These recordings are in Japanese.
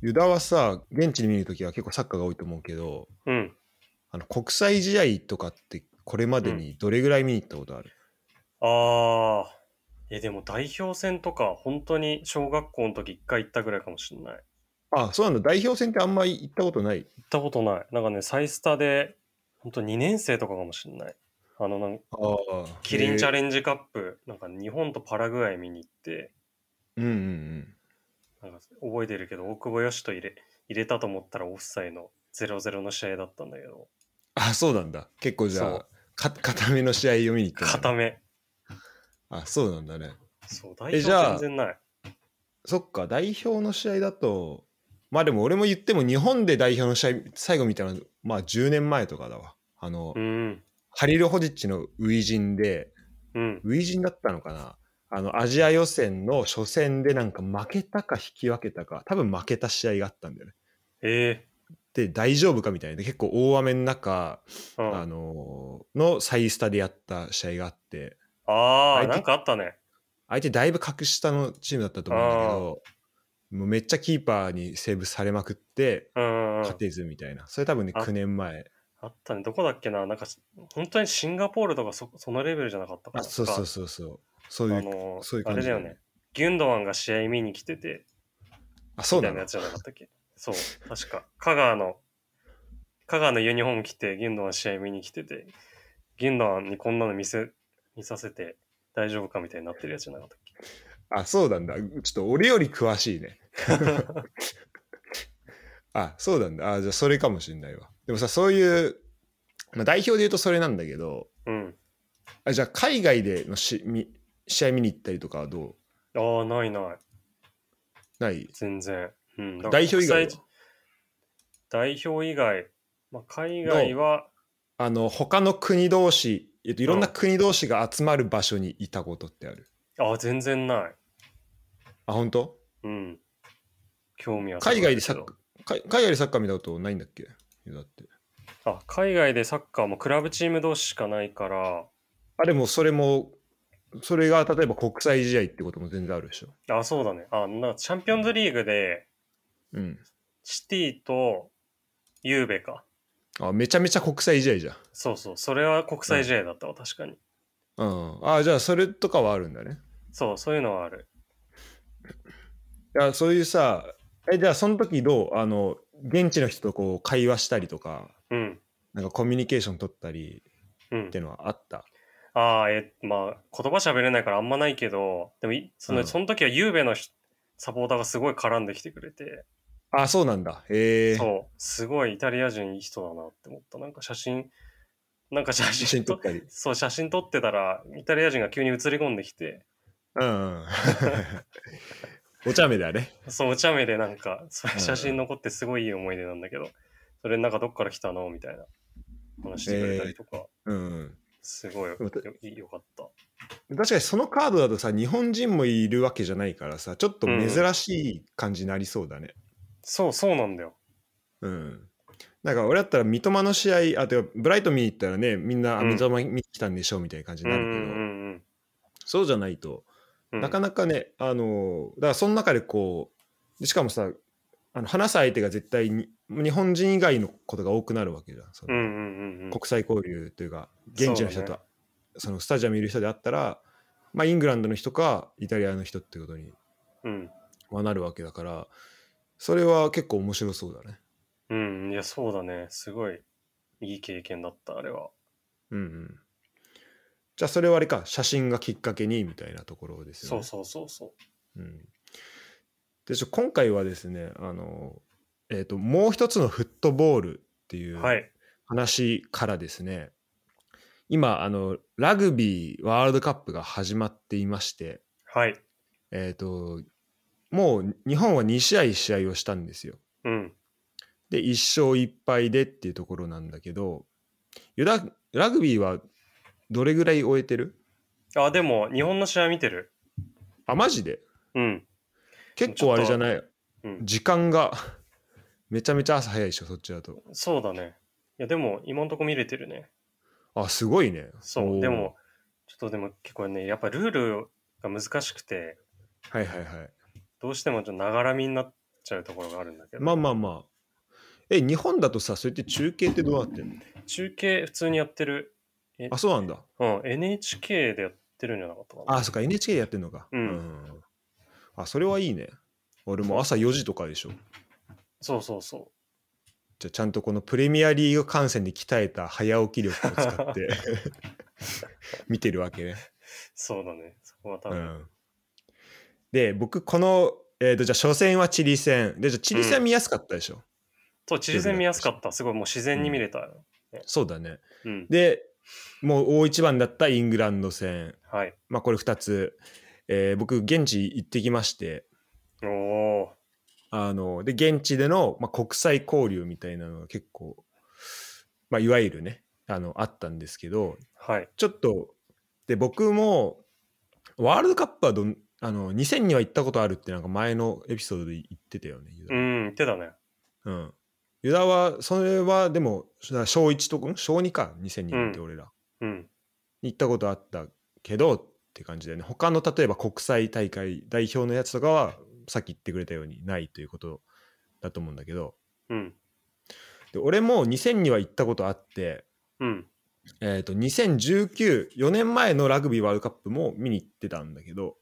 ユダはさ、現地で見るときは結構サッカーが多いと思うけど、うん。あの国際試合とかってこれまでにどれぐらい見に行ったことある、ああ。え、でも代表戦とか、本当に小学校の時一回行ったぐらいかもしれない。行あ、そうなんだ。代表戦ってあんまり行ったことない。ったことない。なんかね、サイスタで、本当2年生とかかもしれない。あの、なんか、ああ。キリンチャレレンジカップ、なんか日本とパラグアイ見に行って、うんうんうん。なんか覚えてるけど、大久保嘉人入れ入れたと思ったらオフサイの0-0の試合だったんだけど、あ、そうなんだ。結構じゃそうあ、か 固めの試合を見に行ったんだ固め。あ、そうなんだね。そう、代表じゃあ全然ない。そっか、代表の試合だと、まあでも俺も言っても日本で代表の試合最後見たのは、まあ10年前とかだわ。あの、うん。ハリル・ホジッチの初陣で、うん。初陣だったのかなあの、アジア予選の初戦でなんか負けたか引き分けたか、多分負けた試合があったんだよね。えで、大丈夫かみたいな。結構大雨の中、えうんあののサイスタでやった試合があって、ああ、相手なんかあったね。相手だいぶ格下のチームだったと思うんだけど、もうめっちゃキーパーにセーブされまくって、うんうんうん勝。てずみたいな。それ多分ね、あ9年前。あったね。どこだっけななんか、本当にシンガポールとかそそのレベルじゃなかったかな。あ、そうそうそそうそう。そうう。いあう、のーそういうあ感れじだだよよねね。ギュンドワンが試合見に来てて、あ、そうみたないのなやつじゃなかったっけそう、確か。香川の、香川のユニフォーム着て、ギュンドワン試合見に来てて、ギュンドワンにこんなの見せ、見させて大丈夫かみたいになってるやつじゃなかったっけあ、そうなんだ。ちょっと俺より詳しいね。 あ、そうなんだ。あ、じゃあそれかもしんないわ。でもさ、そういう、まあ、代表で言うとそれなんだけど、うん。あじゃあ海外でのしみ試合見に行ったりとかはどうああ、ないない。ない全然。うん。だから代表以外は国際代表以外、まあ、海外は、あの他の国同士、えっと、いろんなうん国同士が集まる場所にいたことってある、ああ、全然ない。あ本当うん。興味は海外でサッそうカー海海外でサッカー見たことないんだっけだってだけどあ、海外でサッカーもクラブチーム同士しかないから、あでもそれもそれが例えば国際試合ってことも全然あるでしょあ、そうだね。あ、なんかチャンピオンズリーグで、うんシティとユーベか。あめちゃめちゃ国際試合じゃんそうそう。それは国際試合だったわ、確かに。うんあじゃあそれとかはあるんだねそう、そういうのはある。いやそういうさえじゃあその時どうあの現地の人とこう会話したりとかうん。なんかコミュニケーション取ったりうんっ。ていうのはあったああ、え、まあ、言葉喋れないからあんまないけど、でもい、その、うんその時はユーベの人サポーターがすごい絡んできてくれて、あそうなんだへえそう、すごいイタリア人いい人だなって思った。なんか写真、なんか写写真真撮とっ、たりそう、写真撮ってたら、イタリア人が急に映り込んできて、うんうん お茶目だね。そう、お茶目でなんか、そういう写う真ん残ってすごいいい思い出なんだけど、それなんかどっから来たのみたいな話してくれたりとか、うん、すごいよでもたよよかった。確かにそのカードだとさ日本人もいるわけじゃないからさちょっと珍しい感じになりそうだね。そう、そうなんだよ。うん、なんか俺だったら三笘の試合あとブライトン見に行ったらねみんなあうん三笘見に来たんでしょうみたいな感じうんにうなんるけど、うんそうじゃないとうん。なかななかねあのだからその中でこうでしかもさあの話す相手が絶対に日本人以外のことが多くなるわけじゃん。そのうんうんうんうん。国際交流というか現地の人そうとだそ,、ねのスタジアムにいる人であったら、まあ、イングランドの人かイタリアの人ってことにうん。はなるわけだからそれは結構面白そうだね。うん、いや、そうだね。すごい、いい経験だった、あれは。うんうん、じゃあそれはあれか写真がきっかけにみたいなところですよそうね。そうそうそうう。ん、でちょ今回はですねあの、えー、ともう一つのフットボールっていうはい。話からですね、今あのラグビーワールドカップが始まっていまして、はい。えー、ともう日本は2試合試合をしたんですよ。うん。で1勝1敗でっていうところなんだけどユダラグビーはどれぐらい終えてるあ、でも、日本の試合見てる。あマジでうん。結構あれじゃないうん。時間が めちゃめちゃ朝早いでしょそっちだと。そうだね。いや、でも、今んとこ見れてるね。あすごいね。そおう、ーでも、ちょっとでも結構ね、やっぱルールが難しくて、はいはいはい。どうしてもちょっとながらみになっちゃうところがあるんだけど、まあまあまあ。え、日本だとさ、それって中継ってどうなってんの中継普通にやってる、あ、そうなんだ。うん、NHK でやってるんじゃなかったかな。あ、そっか、NHK でやってんのか。うんんあ、それはいいね。俺も朝4時とかでしょ。そうそうそじゃあちゃんとこのプレミアリーグ観戦で鍛えた早起き力を使って 見てるわけね。う。そうだね。そこは多う分。ん、で僕この、えー、とじゃあ初戦はチリ戦でじゃあチリ戦見やすかったでしょ、そう、地理戦見やすかった。すごいもう自然に見れた。そうだねうん。でもう大一番だったイングランド戦はい。まあこれ2つ、えー僕現地行ってきましておおあので現地での、まあ、国際交流みたいなのが結構、まあ、いわゆるねあのあったんですけどー。はい。ちょっとで僕もワールドカップはどんあの2000には行ったことあるってなんか前のエピソードで言ってたよね、ユダうん、言ってたね。うん。ユダは、それはでも、小1とか、ん小2か、2002って俺ら。うん。行ったことあったけどって感じだよね。他の例えば国際大会代表のやつとかは、さっき言ってくれたようにないということだと思うんだけど、うん。で俺も2002は行ったことあって、うん。えっ、と、2019、4年前のラグビーワールドカップも見に行ってたんだけど、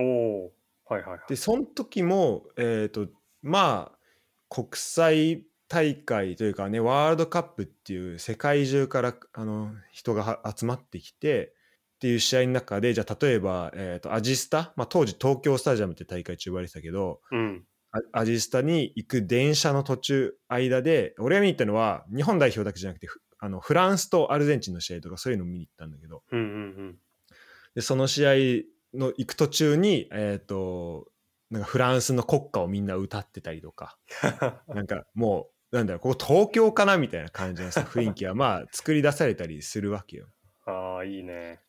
おおはいはいはい。でその時もえっ、とまあ国際大会というかねワールドカップっていう世界中からあの人がは集まってきてっていう試合の中でじゃあ例えば、えー、とアジスタ、まあ、当時東京スタジアムって大会中呼ばれてたけどうん。あアジスタに行く電車の途中間で俺が見に行ったのは日本代表だけじゃなくてふあのフランスとアルゼンチンの試合とかそういうのを見に行ったんだけどうんうんでその試合の行く途中に、えー、となんかフランスの国歌をみんな歌ってたりとか うん。なんかもうなんだろうここ東京かなみたいな感じの さ雰囲気はまあ作り出されたりするわけよ。ああ、いいね。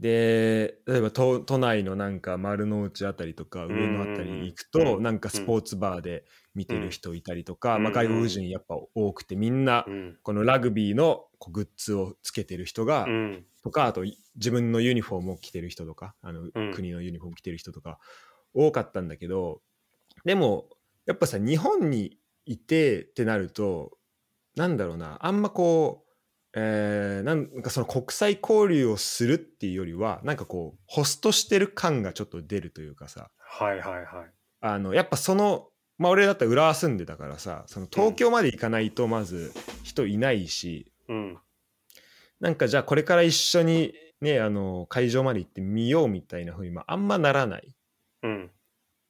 で例えば都都内のなんか丸の内あたりとかうん上野あたりに行くうとんなんかスポーツバーで見てる人いたりとか、うんまあ、外国人やっぱ多くてみんなうん。このラグビーのこうグッズをつけてる人がうん。とかあとい自分のユニフォームを着てる人とかあの、うん国のユニフォーム着てる人とか多かったんだけどでもやっぱさ日本にいてってなるとなんだろうなあんまこう、えーなんかその国際交流をするっていうよりはなんかこうホストしてる感がちょっと出るというかさはいはいはい。あのやっぱその、まあ、俺だったら浦和住んでたからさその東京まで行かないとまず人いないし、うん。なんかじゃあこれから一緒にね、あの、会場まで行ってみようみたいな風に、まあ、あんまならない。うん。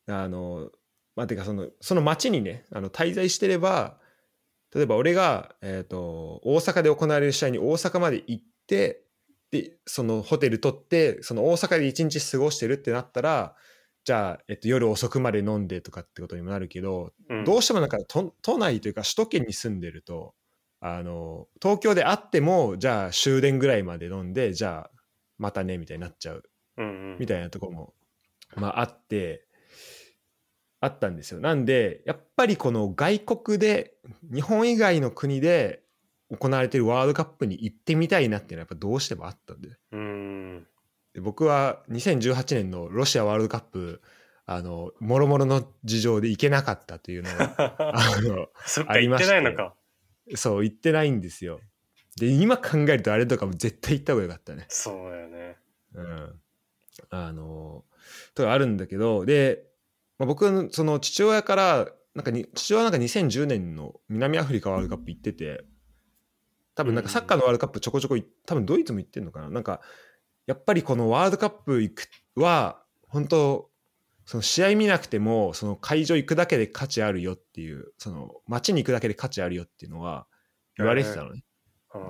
あの、まあ、てかその、その街にね、あの、滞在してれば、例えば俺が、えっ、と、大阪で行われる試合に大阪まで行って、で、そのホテル取って、その大阪で一日過ごしてるってなったら、じゃあ、えっと、夜遅くまで飲んでとかってことにもなるけど、うん。どうしてもなんか都都内というか首都圏に住んでるとあの東京であってもじゃあ終電ぐらいまで飲んでじゃあまたねみたいになっちゃううんうん。みたいなとこも、まあ、あってあったんですよなんでやっぱりこの外国で日本以外の国で行われてるワールドカップに行ってみたいなっていうのはやっぱどうしてもあったんでうん。で僕は2018年のロシアワールドカップあのもろもろの事情で行けなかったというのが あの そっあか、り言っましててないのか。そう、行ってないんですよ。で、今考えるとあれとかも絶対行った方がよかったね。そうだよね。うん。あのとかあるんだけど、で、まあ、僕のその父親から、なんかに父親はなんか2010年の南アフリカワールドカップ行ってて、多分なんかサッカーのワールドカップちょこちょこい、多分ドイツも行ってんのかな。なんか、やっぱりこのワールドカップ行くは、本当その試合見なくても、その会場行くだけで価値あるよっていう、その街に行くだけで価値あるよっていうのは言われてたのね。うん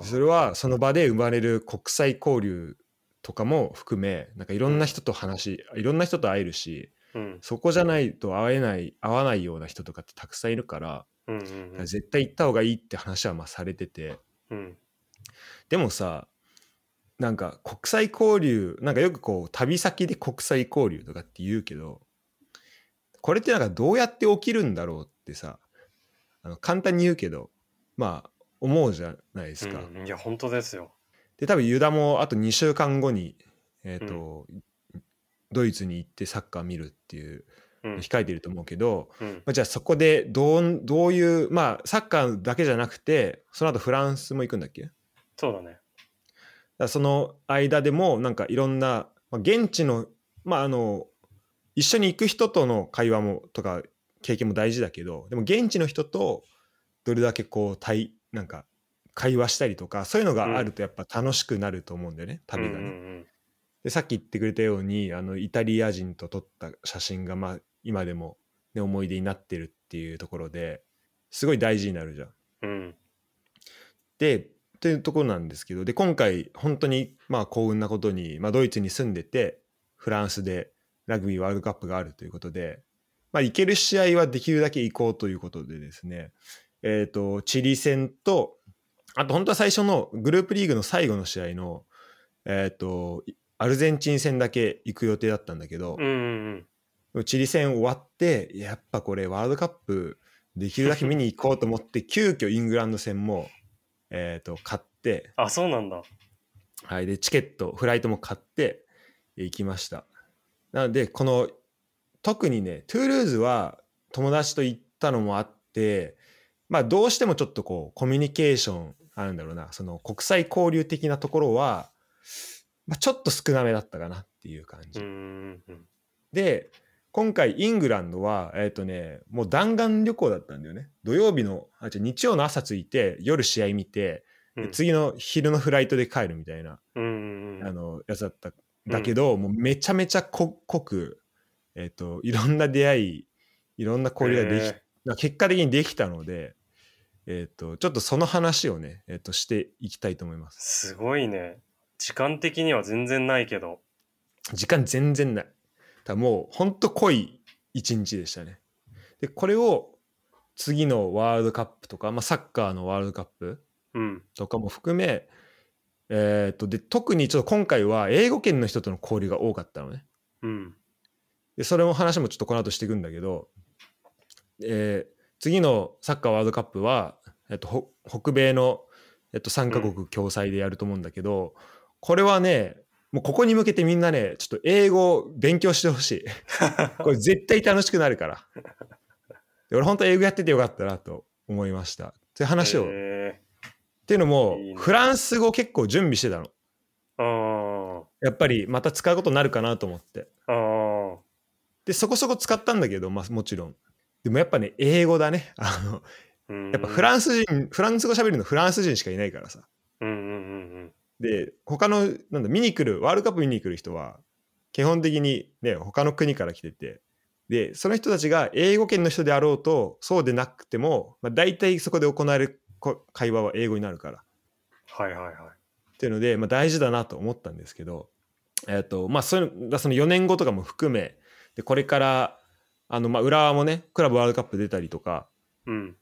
それはその場で生まれる国際交流とかも含めなんかいろんな人と話、いろんな人と会えるしうん。そこじゃないと会えない会わないような人とかってたくさんいるから、うんうんうん。絶対行った方がいいって話はまあされててうん。でもさなんか国際交流なんかよくこう旅先で国際交流とかって言うけどこれってなんかどうやって起きるんだろうってさあの簡単に言うけどまあ思うじゃないですか。うんいや、本当ですよ。で多分ユダもあと2週間後に、えーとドイツに行ってサッカー見るっていううん。控えていると思うけど、うん。まあじゃあそこでどうどういう、まあ、サッカーだけじゃなくてその後フランスも行くんだっけだかそうだね。らその間でもなんかいろんな、まあ、現地の,、まああの一緒に行く人との会話もとか経験も大事だけどでも現地の人とどれだけこう対なんか会話したりとかそういうのがあるとやっぱ楽しくなると思うんだよね、旅がね。うんうんでさっき言ってくれたようにあのイタリア人と撮った写真が、まあ、今でも、ね、思い出になってるっていうところですごい大事になるじゃん。うん。うん。でというところなんですけどで今回本当にまあ幸運なことに、まあ、ドイツに住んでてフランスでラグビーワールドカップがあるということで、まあ、行ける試合はできるだけ行こうということでですね、えー、とチリ戦とあと本当は最初のグループリーグの最後の試合の、えー、とアルゼンチン戦だけ行く予定だったんだけどうん、うんチリ戦終わってやっぱこれワールドカップできるだけ見に行こうと思って 急遽イングランド戦も、えー、と買って、あ、そうなんだ。はい、でチケットフライトも買ってえー行きましたなのでこの特にねトゥールーズは友達と行ったのもあってまあどうしてもちょっとこうコミュニケーションあるんだろうなその国際交流的なところは、まあ、ちょっと少なめだったかなっていう感うじんうんうん。で今回イングランドはえっ、とねもう弾丸旅行だったんだよね土曜日のあ違う日曜の朝着いて夜試合見て、うでん次の昼のフライトで帰るみたいな、うんうんうん。あのやつだっただけど、もうめちゃめちゃこ濃く、えっといろんな出会いいろんな交流ができ、へまあ結果的にできたので、えっとちょっとその話をね、えっとしていきたいと思いますすごいね。時間的には全然ないけど。時間全然ない。ただもうほんと濃い一日でしたね。で、これを次のワールドカップとか、まあ、サッカーのワールドカップうん。とかも含め、えー、とで特にちょっと今回は英語圏の人との交流が多かったのね。うん。でそれも話もちょっとこの後していくんだけど、えー次のサッカーワールドカップは、えっと、ほ北米の、えっと、3カ国共催でやると思うんだけど、これはねもうここに向けてみんなねちょっと英語を勉強してほ しいこれ絶対楽しくなるからで俺本当英語やっててよかったなと思いましたという話を、っへていうのもいいねフランス語結構準備してたのーあやっぱりまた使うことになるかなと思ってあ。ああ。でそこそこ使ったんだけど、まあ、もちろんでもやっぱね英語だねあのややっぱフランス人フランス語喋るのフランス人しかいないからさうんうんで他のなんだ見に来るワールドカップ見に来る人は基本的にね他の国から来ててでその人たちが英語圏の人であろうとそうでなくても、まあ、大体そこで行われるこ会話は英語になるからはいはいはい。っていうので、まあ、大事だなと思ったんですけど、えっとまあ、そういうのだその4年後とかも含めでこれからあの、まあ、浦和もねクラブワールドカップ出たりとかうん。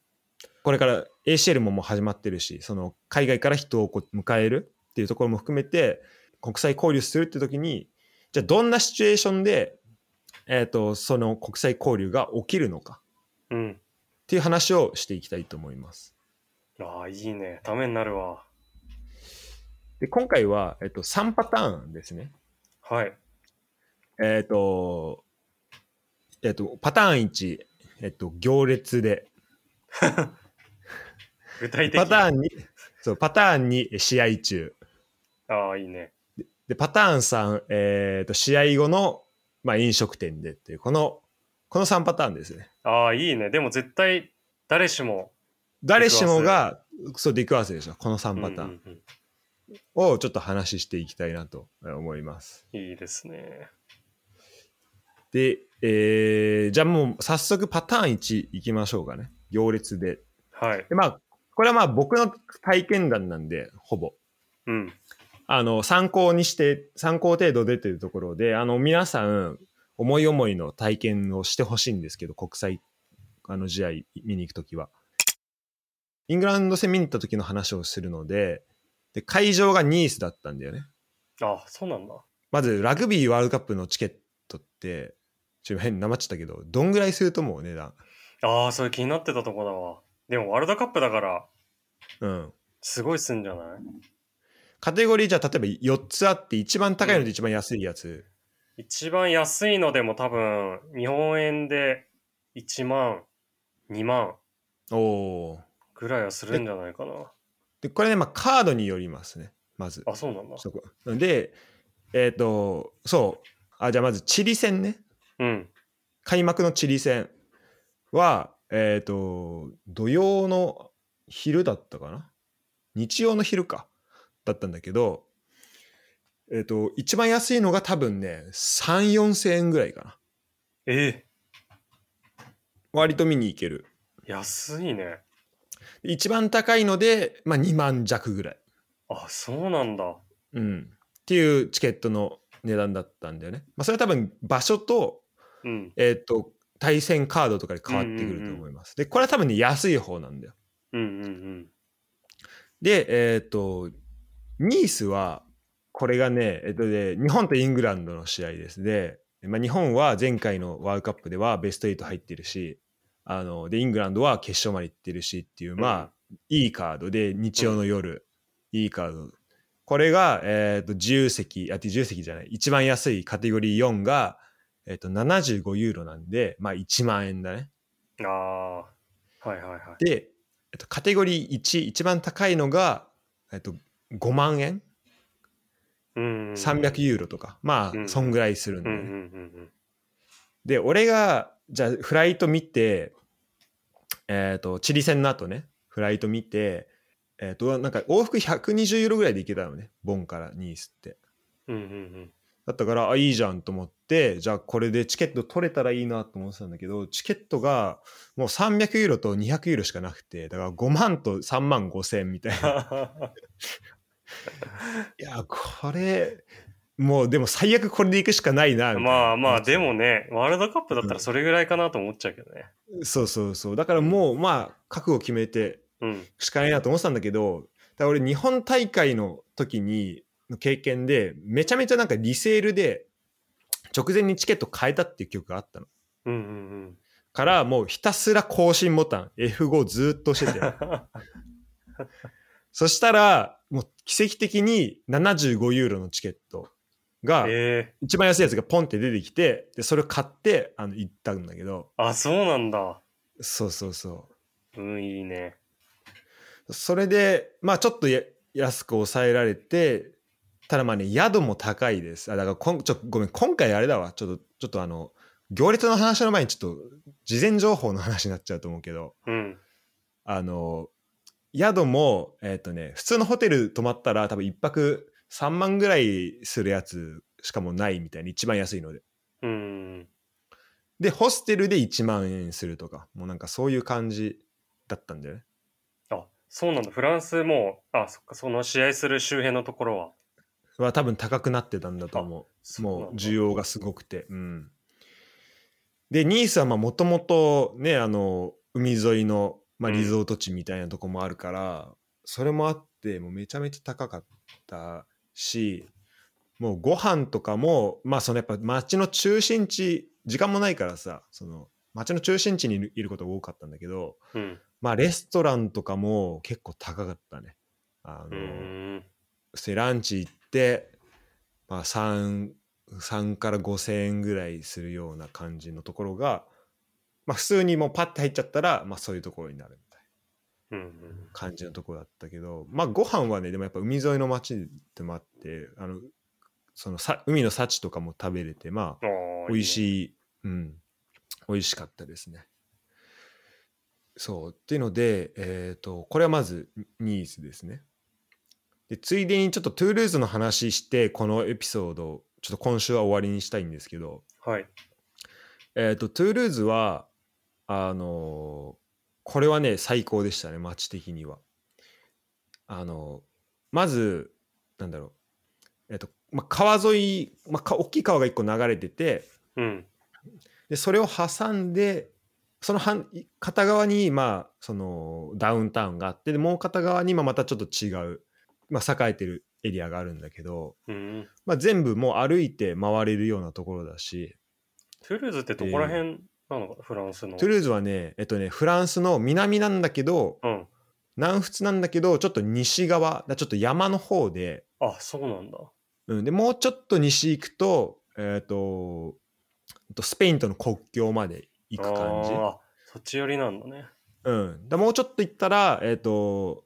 これから ACL ももう始まってるしその海外から人をこう迎えるっていうところも含めて国際交流するって時にじゃあどんなシチュエーションで、えっとその国際交流が起きるのかうん。っていう話をしていきたいと思います。ああ、いいね。ためになるわ。で今回は、えっと3パターンですね。はい。えっ、と、えっ、と、パターン1、えっ、と、行列で。具体的パターン2、そう、パターン2、試合中。ああ、いいね。で、パターン3、えっ、と、試合後の、まあ、飲食店でっていう、この、この3パターンですね。ああ、いいね。でも絶対、誰しも。誰しもが、そう、出くわせでしょ。この3パターうンんうんをちょっと話していきたいなとえー思います。うんいいですね。で、えー、じゃあもう早速パターン1いきましょうかね。行列で。はい。で、まあ、これはまあ僕の体験談なんで、ほぼ。うん。あの、参考にして、参考程度でというところで、あの、皆さん、思い思いの体験をしてほしいんですけど、国際、あの、試合見に行くときは。イングランド戦見に行った時の話をするので、で、会場がニースだったんだよね。ああ、そうなんだ。まず、ラグビーワールドカップのチケットって、ちょっと変になまっちゃったけど、どんぐらいすると思う値段。ああ、それ気になってたとこだわ。でも、ワールドカップだから、うん。すごいすんじゃないカテゴリーじゃあ、例えば4つあって、一番高いので一番安いやつ一番安いのでも多分、日本円で1万、2万おお。ぐらいはするんじゃないかな。で、これね、まあ、カードによりますね、まず。あ、そうなんだ。そこで、えっ、と、そう。あ、じゃあまず、チリ戦ね。うん。開幕のチリ戦は、えっ、と、土曜の昼だったかな日曜の昼か。だったんだけど、えっ、と、一番安いのが多分ね、3、4千円ぐらいかな。え割と見に行ける。ー、安いね。一番高いので、まあ、2万弱ぐらい、あ、そうなんだ。うん、っていうチケットの値段だったんだよね。まあ、それは多分場所と,、うん。えー、と対戦カードとかで変わってくると思います。でこれは多分ね安い方なんだよ。うんうんで、えっとニースはこれがね、えっとで日本とイングランドの試合ですで、まあ、日本は前回のワールドカップではベスト8入ってるしあのでイングランドは決勝まで行ってるしっていう、うん。まあ、いいカードで日曜の夜、いいカードこれが、えー、と自由席あ自由席じゃない一番安いカテゴリー4が、えー、と75ユーロなんで、まあ、1万円だねああー、はいはいはい。で、えっとカテゴリー1一番高いのが、えっと5万円うんうんうん。 300ユーロとか、まうあんそんぐらいするんうだんうよんね、うんで俺がじゃあフライト見てえっ、とチリ戦の後ねフライト見てえっ、となんか往復120ユーロぐらいで行けたのねボンからニースってうん。うんうんだったからあいいじゃんと思ってじゃあこれでチケット取れたらいいなと思ってたんだけどチケットがもう300ユーロと200ユーロしかなくてだから5万と3万5千みたいないやこれもうでも最悪これで行くしかないなみう たいん。なまあまあ、でもね、ワールドカップだったらそれぐらいかなと思っちゃうけどね。そうそうそうだからもうまあ覚悟決めてうん。しかないなと思ってたんだけどだから俺日本大会の時にの経験でめちゃめちゃなんかリセールで直前にチケット変えたっていう記憶があったのうんうんからもうひたすら更新ボタン F5 ずーっとしてて うん。そしたらもう奇跡的に75ユーロのチケットが ええ一番安いやつがポンって出てきてでそれを買ってあの行ったんだけどあ、そうなんだ。そうそうそううん、いいね。それで、まあちょっとや安く抑えられて、ただまあね、宿も高いです。あ、だからこん、ちょ、ごめん、今回あれだわ。ちょっと、ちょっとあの、行列の話の前にちょっと、事前情報の話になっちゃうと思うけど、うん。あの、宿も、えっ、とね、普通のホテル泊まったら多分一泊3万ぐらいするやつしかもうないみたいに、一番安いので。うん。で、ホステルで1万円するとか、もうなんかそういう感じだったんだよね。あ、そうなんだ。フランスも、あ、そっか、その試合する周辺のところは。は多分高くなってたんだと思う。そうもなうんだ需要がすごくて。うん、で、ニースはもともとね、あの、海沿いの、まあ、うんリゾート地みたいなとこもあるから、それもあって、もうめちゃめちゃ高かったし、もうご飯とかも、まあそのやっぱ街の中心地、時間もないからさ、その街の中心地にいるいることが多かったんだけど、うん。まあレストランとかも結構高かったね。あうの、ん。そしてランチ行って、まあ、3, 3から5,000円ぐらいするような感じのところが、まあ、普通にもうパッて入っちゃったら、まあ、そういうところになるみたいうんな。感じのところだったけど、まあ、ご飯はねでもやっぱ海沿いの町でもあってあのそのさ海の幸とかも食べれてまあお美味い。しい、うん、美味しかったですね。そうっていうので、えー、とこれはまずニースですね。でついでにちょっとトゥールーズの話してこのエピソードをちょっと今週は終わりにしたいんですけど、はい。えー、とトゥールーズはあのーこれはね最高でしたね街的には。あのまずなんだろう、えーとまあ、川沿い、まあか、大きい川が1個流れててうん。でそれを挟んでその反片側にまあそのダウンタウンがあってでもう片側にまあまたちょっと違う、まあ、栄えてるエリアがあるんだけど、うん。まあ、全部もう歩いて回れるようなところだしトゥールーズってどこら辺なのかな、フランスの。トゥルーズはねえっとねフランスの南なんだけどうん。南仏なんだけどちょっと西側だからちょっと山の方で、あ、そうなんだ。うん、でもうちょっと西行くと,、えっ、と、とスペインとの国境まで行く感じ。あーそっち寄りなんだね。うん、だもうちょっと行ったら、えーと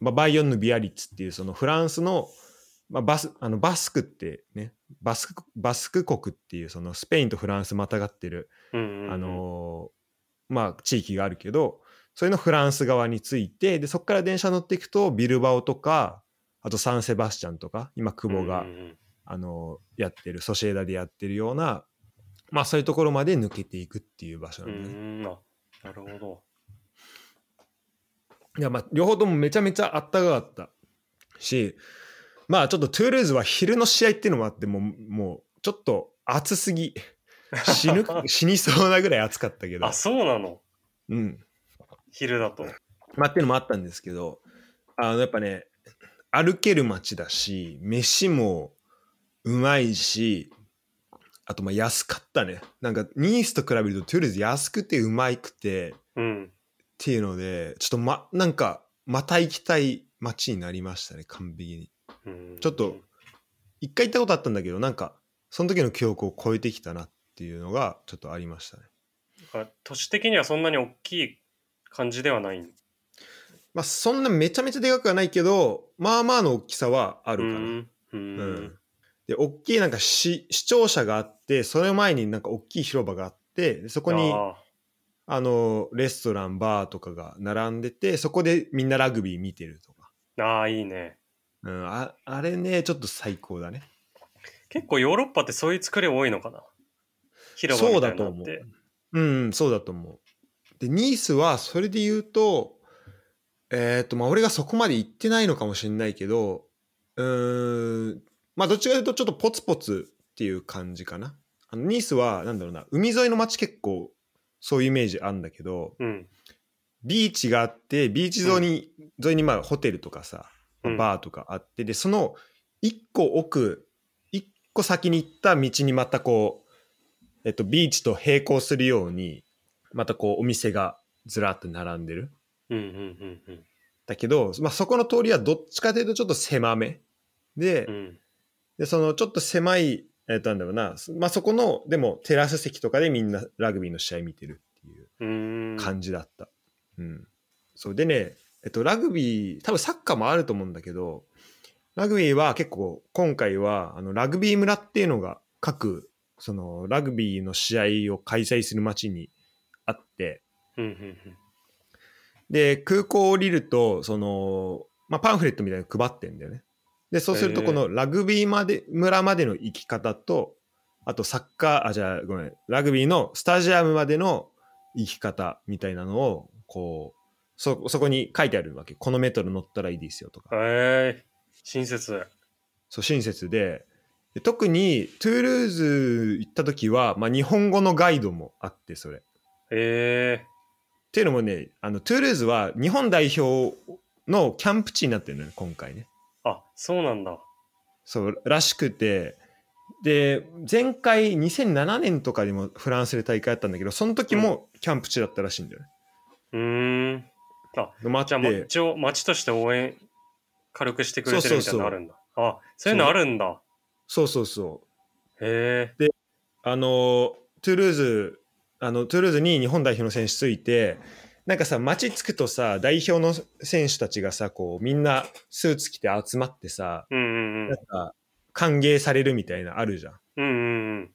まあ、バイヨンヌ・ビアリッツっていうそのフランスの,、まあ、バスあのバスクってねバスクバスク国っていうそのスペインとフランスまたがってる、うんうんうんあのーまあ、地域があるけどそれのフランス側についてでそこから電車乗っていくとビルバオとかあとサンセバスチャンとか今久保が、うんうんうんあのーやってるソシエダでやってるような、まあ、そういうところまで抜けていくっていう場所うなんだね。ん、あなるほど。いやまあ両方ともめちゃめちゃあったかかったしまあちょっとトゥールーズは昼の試合っていうのもあってもうもうちょっと暑すぎ死 ぬ死にそうなぐらい暑かったけどあ、、そうなのうん昼だと。まあ、っていうのもあったんですけどあのやっぱね歩ける街だし飯もうまいしあとまあ安かったねなんかニースと比べるとトゥールーズ安くてうまいくてうん。っていうのでちょっとまなんかまた行きたい街になりましたね完璧にうんちょっと。一回行ったことあったんだけどなんかその時の記憶を超えてきたなっていうのがちょっとありましたねあ都市的にはそんなに大きい感じではない。まあそんなめちゃめちゃでかくはないけどまあまあの大きさはあうるかな、ん。ううんん。で大きいなんか市市庁舎があってその前になんか大きい広場があってでそこにああのレストランバーとかが並んでてそこでみんなラグビー見てるとか、ーあー、いいね。うん、ああれねちょっと最高だね結構ヨーロッパってそういう作り多いのかな広場みたいになって。うん、そうだと思う。で、ニースはそれで言うと、えっ、と、まあ、俺がそこまで行ってないのかもしれないけど、うーん、まあ、どっちかというとちょっとポツポツっていう感じかな。あのニースは、なんだろうな、海沿いの街結構、そういうイメージあるんだけど、うん。ビーチがあって、ビーチ沿いに、沿いにまあホテルとかさ、うんバーとかあって、で、その1個奥、1個先に行った道にまたこう、えっと、ビーチと並行するように、またこう、お店がずらっと並んでる。うんうんうんだけど、まあ、そこの通りはどっちかというとちょっと狭め。で、うん。うん。でそのちょっと狭い、えっと、なんだろうな、まあ、そこの、でもテラス席とかでみんなラグビーの試合見てるっていう。うーん。感じだった。うんそうでね、えっと、ラグビー多分サッカーもあると思うんだけどラグビーは結構今回はあのラグビー村っていうのが各そのラグビーの試合を開催する町にあってうんうんうん。で空港を降りるとその、まあ、パンフレットみたいなの配ってんだよね。でそうするとへえこのラグビーまで村までの行き方とあとサッカーあじゃあごめんラグビーのスタジアムまでの行き方みたいなのをこうそそこに書いてあるわけこのメートル乗ったらいいですよとかええ親切。そう親切でで特にトゥールーズ行った時は、まあ、日本語のガイドもあってそれ。ええっていうのもねあのトゥールーズは日本代表のキャンプ地になってるのよね今回ね。あ、そうなんだ。そうらしくてで前回2007年とかにもフランスで大会あったんだけどその時もキャンプ地だったらしいんだよね。うーん。のもあっじゃあ、ま、て一応、町として応援、軽くしてくれてるみたいなのあるんだ。あ、そういうのあるんだ。そうそうそうへえ。あのトゥールーズあのトゥールーズに日本代表の選手ついてなんかさ街着くとさ代表の選手たちがさこうみんなスーツ着て集まってさうんうんうなんん。か歓迎されるみたいなあるじゃん。うんうんうん。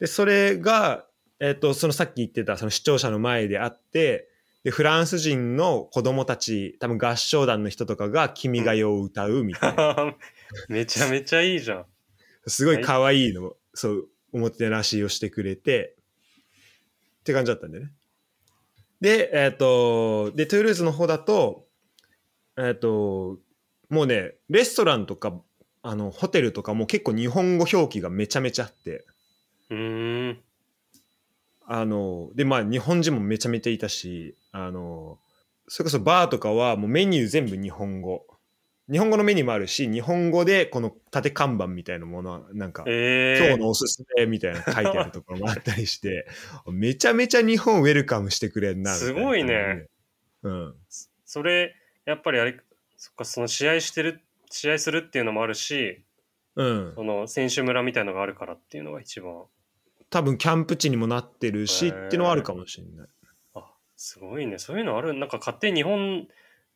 でそれが、えっとそのさっき言ってたその視聴者の前であってでフランス人の子供たち多分合唱団の人とかが「君が代」を歌うみたいな めちゃめちゃいいじゃん。 すごい可愛いのそうおもてなしをしてくれてって感じだったんだよね。でえっ、とでトゥールーズの方だとえっ、ともうねレストランとかあのホテルとかも結構日本語表記がめちゃめちゃあって。うーん。あのでまあ日本人もめちゃめちゃいたしあのそれこそバーとかはもうメニュー全部日本語日本語のメニューもあるし日本語でこの縦看板みたいなものはなんか、今え日のおすすめみたいなの書いてあるところもあったりして めちゃめちゃ日本ウェルカムしてくれんなみたなすごいねうんー、それ、やっぱりあれ、そっか、その試合してる、試合するっていうのもあるし、うんその選手村みたいのがあるからっていうのが一番多分キャンプ地にもなってるしへっーていうのはあるかもしれないあすごいねそういうのあるなんか勝手に日本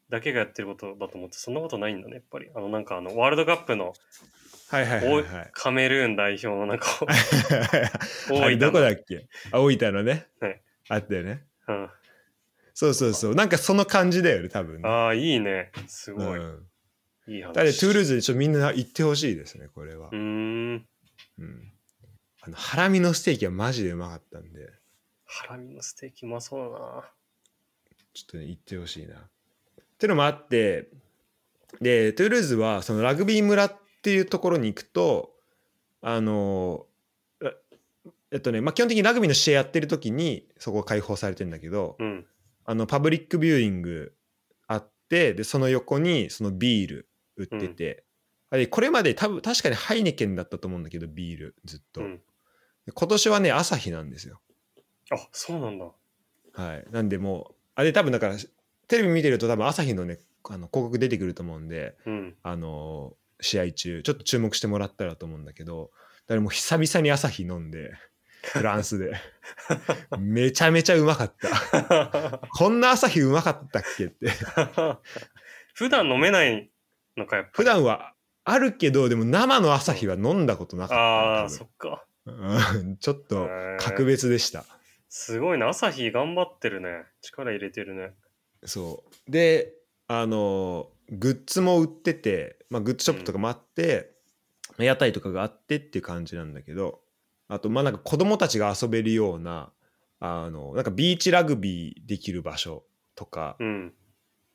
だけがやってることだと思ってそんなことないんだねやっぱりあのなんかあのワールドカップのはいはいはい、はいカメルーン代表のな んか大分あれどこのだっけあ大分のね、はいあったよねうん、そうそうそうなんかその感じだよね多分ねああいいねすごい、うん、いい話だってトゥールーズにちょっとみんな行ってほしいですねこれはう、ーんうんあのハラミのステーキはマジでうまかったんでハラミのステーキうまそうだなちょっとね行ってほしいなってのもあってでトゥールーズはそのラグビー村っていうところに行くとあのらえっとね、まあ、基本的にラグビーの試合やってる時にそこ開放されてんだけど、うんあのパブリックビューイングあってでその横にそのビール売ってて、あれこれまで多分確かにハイネケンだったと思うんだけどビールずっと、うんで今年はね朝日なんですよあそうなんだはいなんでもうあれ多分だからテレビ見てると多分朝日のねあの広告出てくると思うんで うんあのー試合中ちょっと注目してもらったらと思うんだけどだからもう久々に朝日飲んでフランス でめちゃめちゃうまかったこんな朝日うまかったっけって普段飲めないのかやっぱ普段はあるけどでも生の朝日は飲んだことなあかあったそっか多分うんちょっと格へー別でしたすごいな朝日頑張ってるね力入れてるねそうであのグッズも売ってて、まあ、グッズショップとかもあって、屋台とかがあってっていう感じなんだけどあとまあなんか子供たちが遊べるようなあのなんかビーチラグビーできる場所とか、うん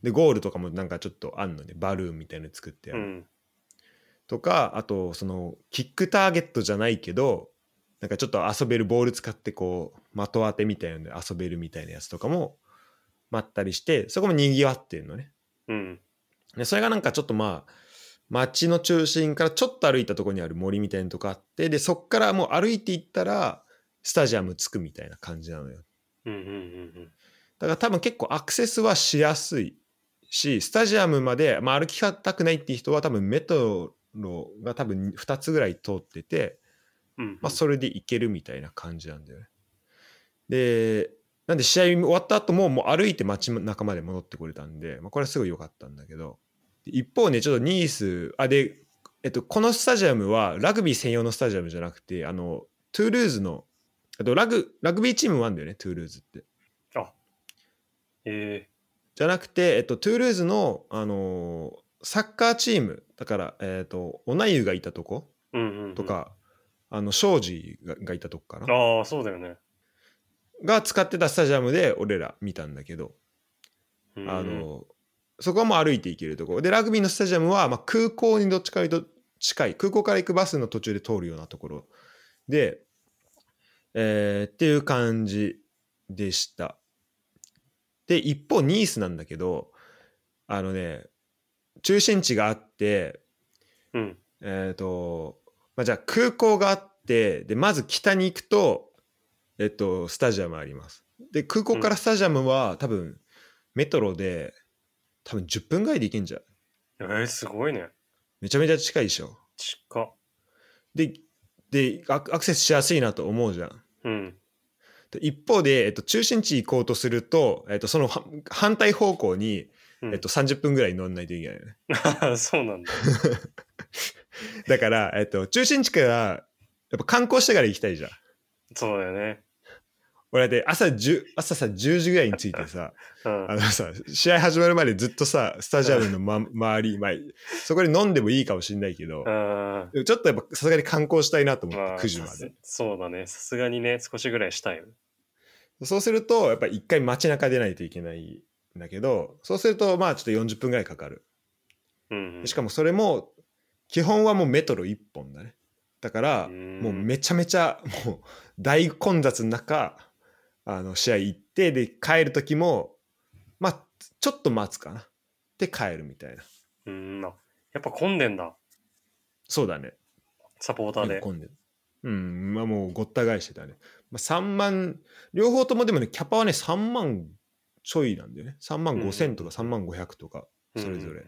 でゴールとかもなんかちょっとあんのねバルーンみたいなの作ってあうる、んとかあとそのキックターゲットじゃないけどなんかちょっと遊べるボール使ってこう的当てみたいなので遊べるみたいなやつとかも待ったりしてそこもにぎわってるのねうんでそれがなんかちょっとまあ街の中心からちょっと歩いたところにある森みたいなとこあってでそこからもう歩いていったらスタジアム着くみたいな感じなのようんうんうんだから多分結構アクセスはしやすいしスタジアムまで、まあ、歩きたくないっていう人は多分メトロが多分2つぐらい通ってて、うんうんまあ、それで行けるみたいな感じなんだよね。でなんで試合終わった後ももう歩いて街中まで戻ってこれたんで、まあ、これはすごい良かったんだけど一方ねちょっとニースあで、えっと、このスタジアムはラグビー専用のスタジアムじゃなくてあのトゥールーズのあとラグラグビーチームもあるんだよねトゥールーズって。えじゃなくて、えっと、トゥールーズの、あのーサッカーチームだから、えっとオナユがいたとこーうんうんうんとか、あの庄司ががいたとこかなああそうだよねが使ってたスタジアムで俺ら見たんだけど、うんあのーそこはもう歩いて行けるとこでラグビーのスタジアムは、まあ、空港にどっちかというと近い空港から行くバスの途中で通るようなところで、えーっていう感じでした。で一方ニースなんだけどあのね中心地があってうんえっ、と、まあ、じゃあ空港があってでまず北に行くとえっとスタジアムありますで空港からスタジアムは、多分メトロで多分10分ぐらいで行けんじゃんえー、すごいねめちゃめちゃ近いでしょ近っででアクアクセスしやすいなと思うじゃんうんで一方で、えっと、中心地行こうとすると、えっと、そのは反対方向に、うんえっと、30分ぐらい乗んないといけないよね。 そうなんだだから、えっと、中心地から、やっぱ観光してから行きたいじゃん。そうだよね俺だって朝10、朝さ、10時ぐらいに着いてさ、うんあのさ、試合始まるまでずっとさ、スタジアムの、ま、周り、まあ、そこで飲んでもいいかもしんないけど、うんでもちょっとやっぱさすがに観光したいなと思っまあて、9時さますで。そうだねさすがにね少しぐらいしたいよねそうすると、やっぱり一回街中出ないといけないんだけど、そうすると、まあちょっと40分ぐらいかかる。うんうんしかもそれも基本はもうメトロ1本だねだからうんもうめちゃめちゃもう大混雑の中あの試合行ってで帰る時もまあちょっと待つかなで帰るみたいなうんあやっぱ混んでんだそうだねサポーターで混んでるうんまあもうごった返してたね、まあ、3万両方ともでもねキャパはね3万ちょいなんだよね3万5千とか3万500とかそれぞれ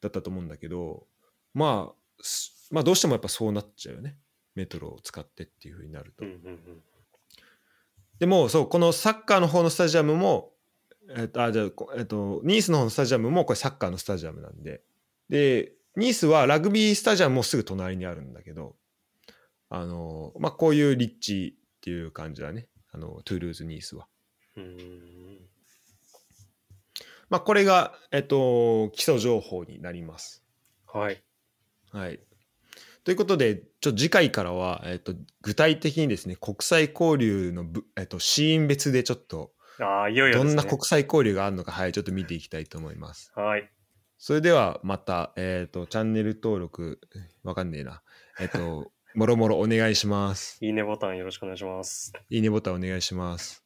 だったと思うんだけど、まあすまあどうしてもやっぱそうなっちゃうよねメトロを使ってっていうふうになると、うんうんでもそうこのサッカーの方のスタジアムもえっとあじゃあこえっとニースの方のスタジアムもこれサッカーのスタジアムなんででニースはラグビースタジアムもすぐ隣にあるんだけどあのまあこういう立地っていう感じだねあのトゥールーズ・ニースは。うん。うん。まあこれが、えっと、基礎情報になります。はい。はい。ということで、ちょ次回からは、えっと、具体的にですね、国際交流のぶ、えっと、シーン別でちょっと、ああ、いよいよどですんね。な国際交流があるのか、はい、ちょっと見ていきたいと思います。はい。それでは、また、えっと、チャンネル登録、わかんねえな。えっと、もろもろお願いします。いいねボタンよろしくお願いします。いいねボタンお願いします。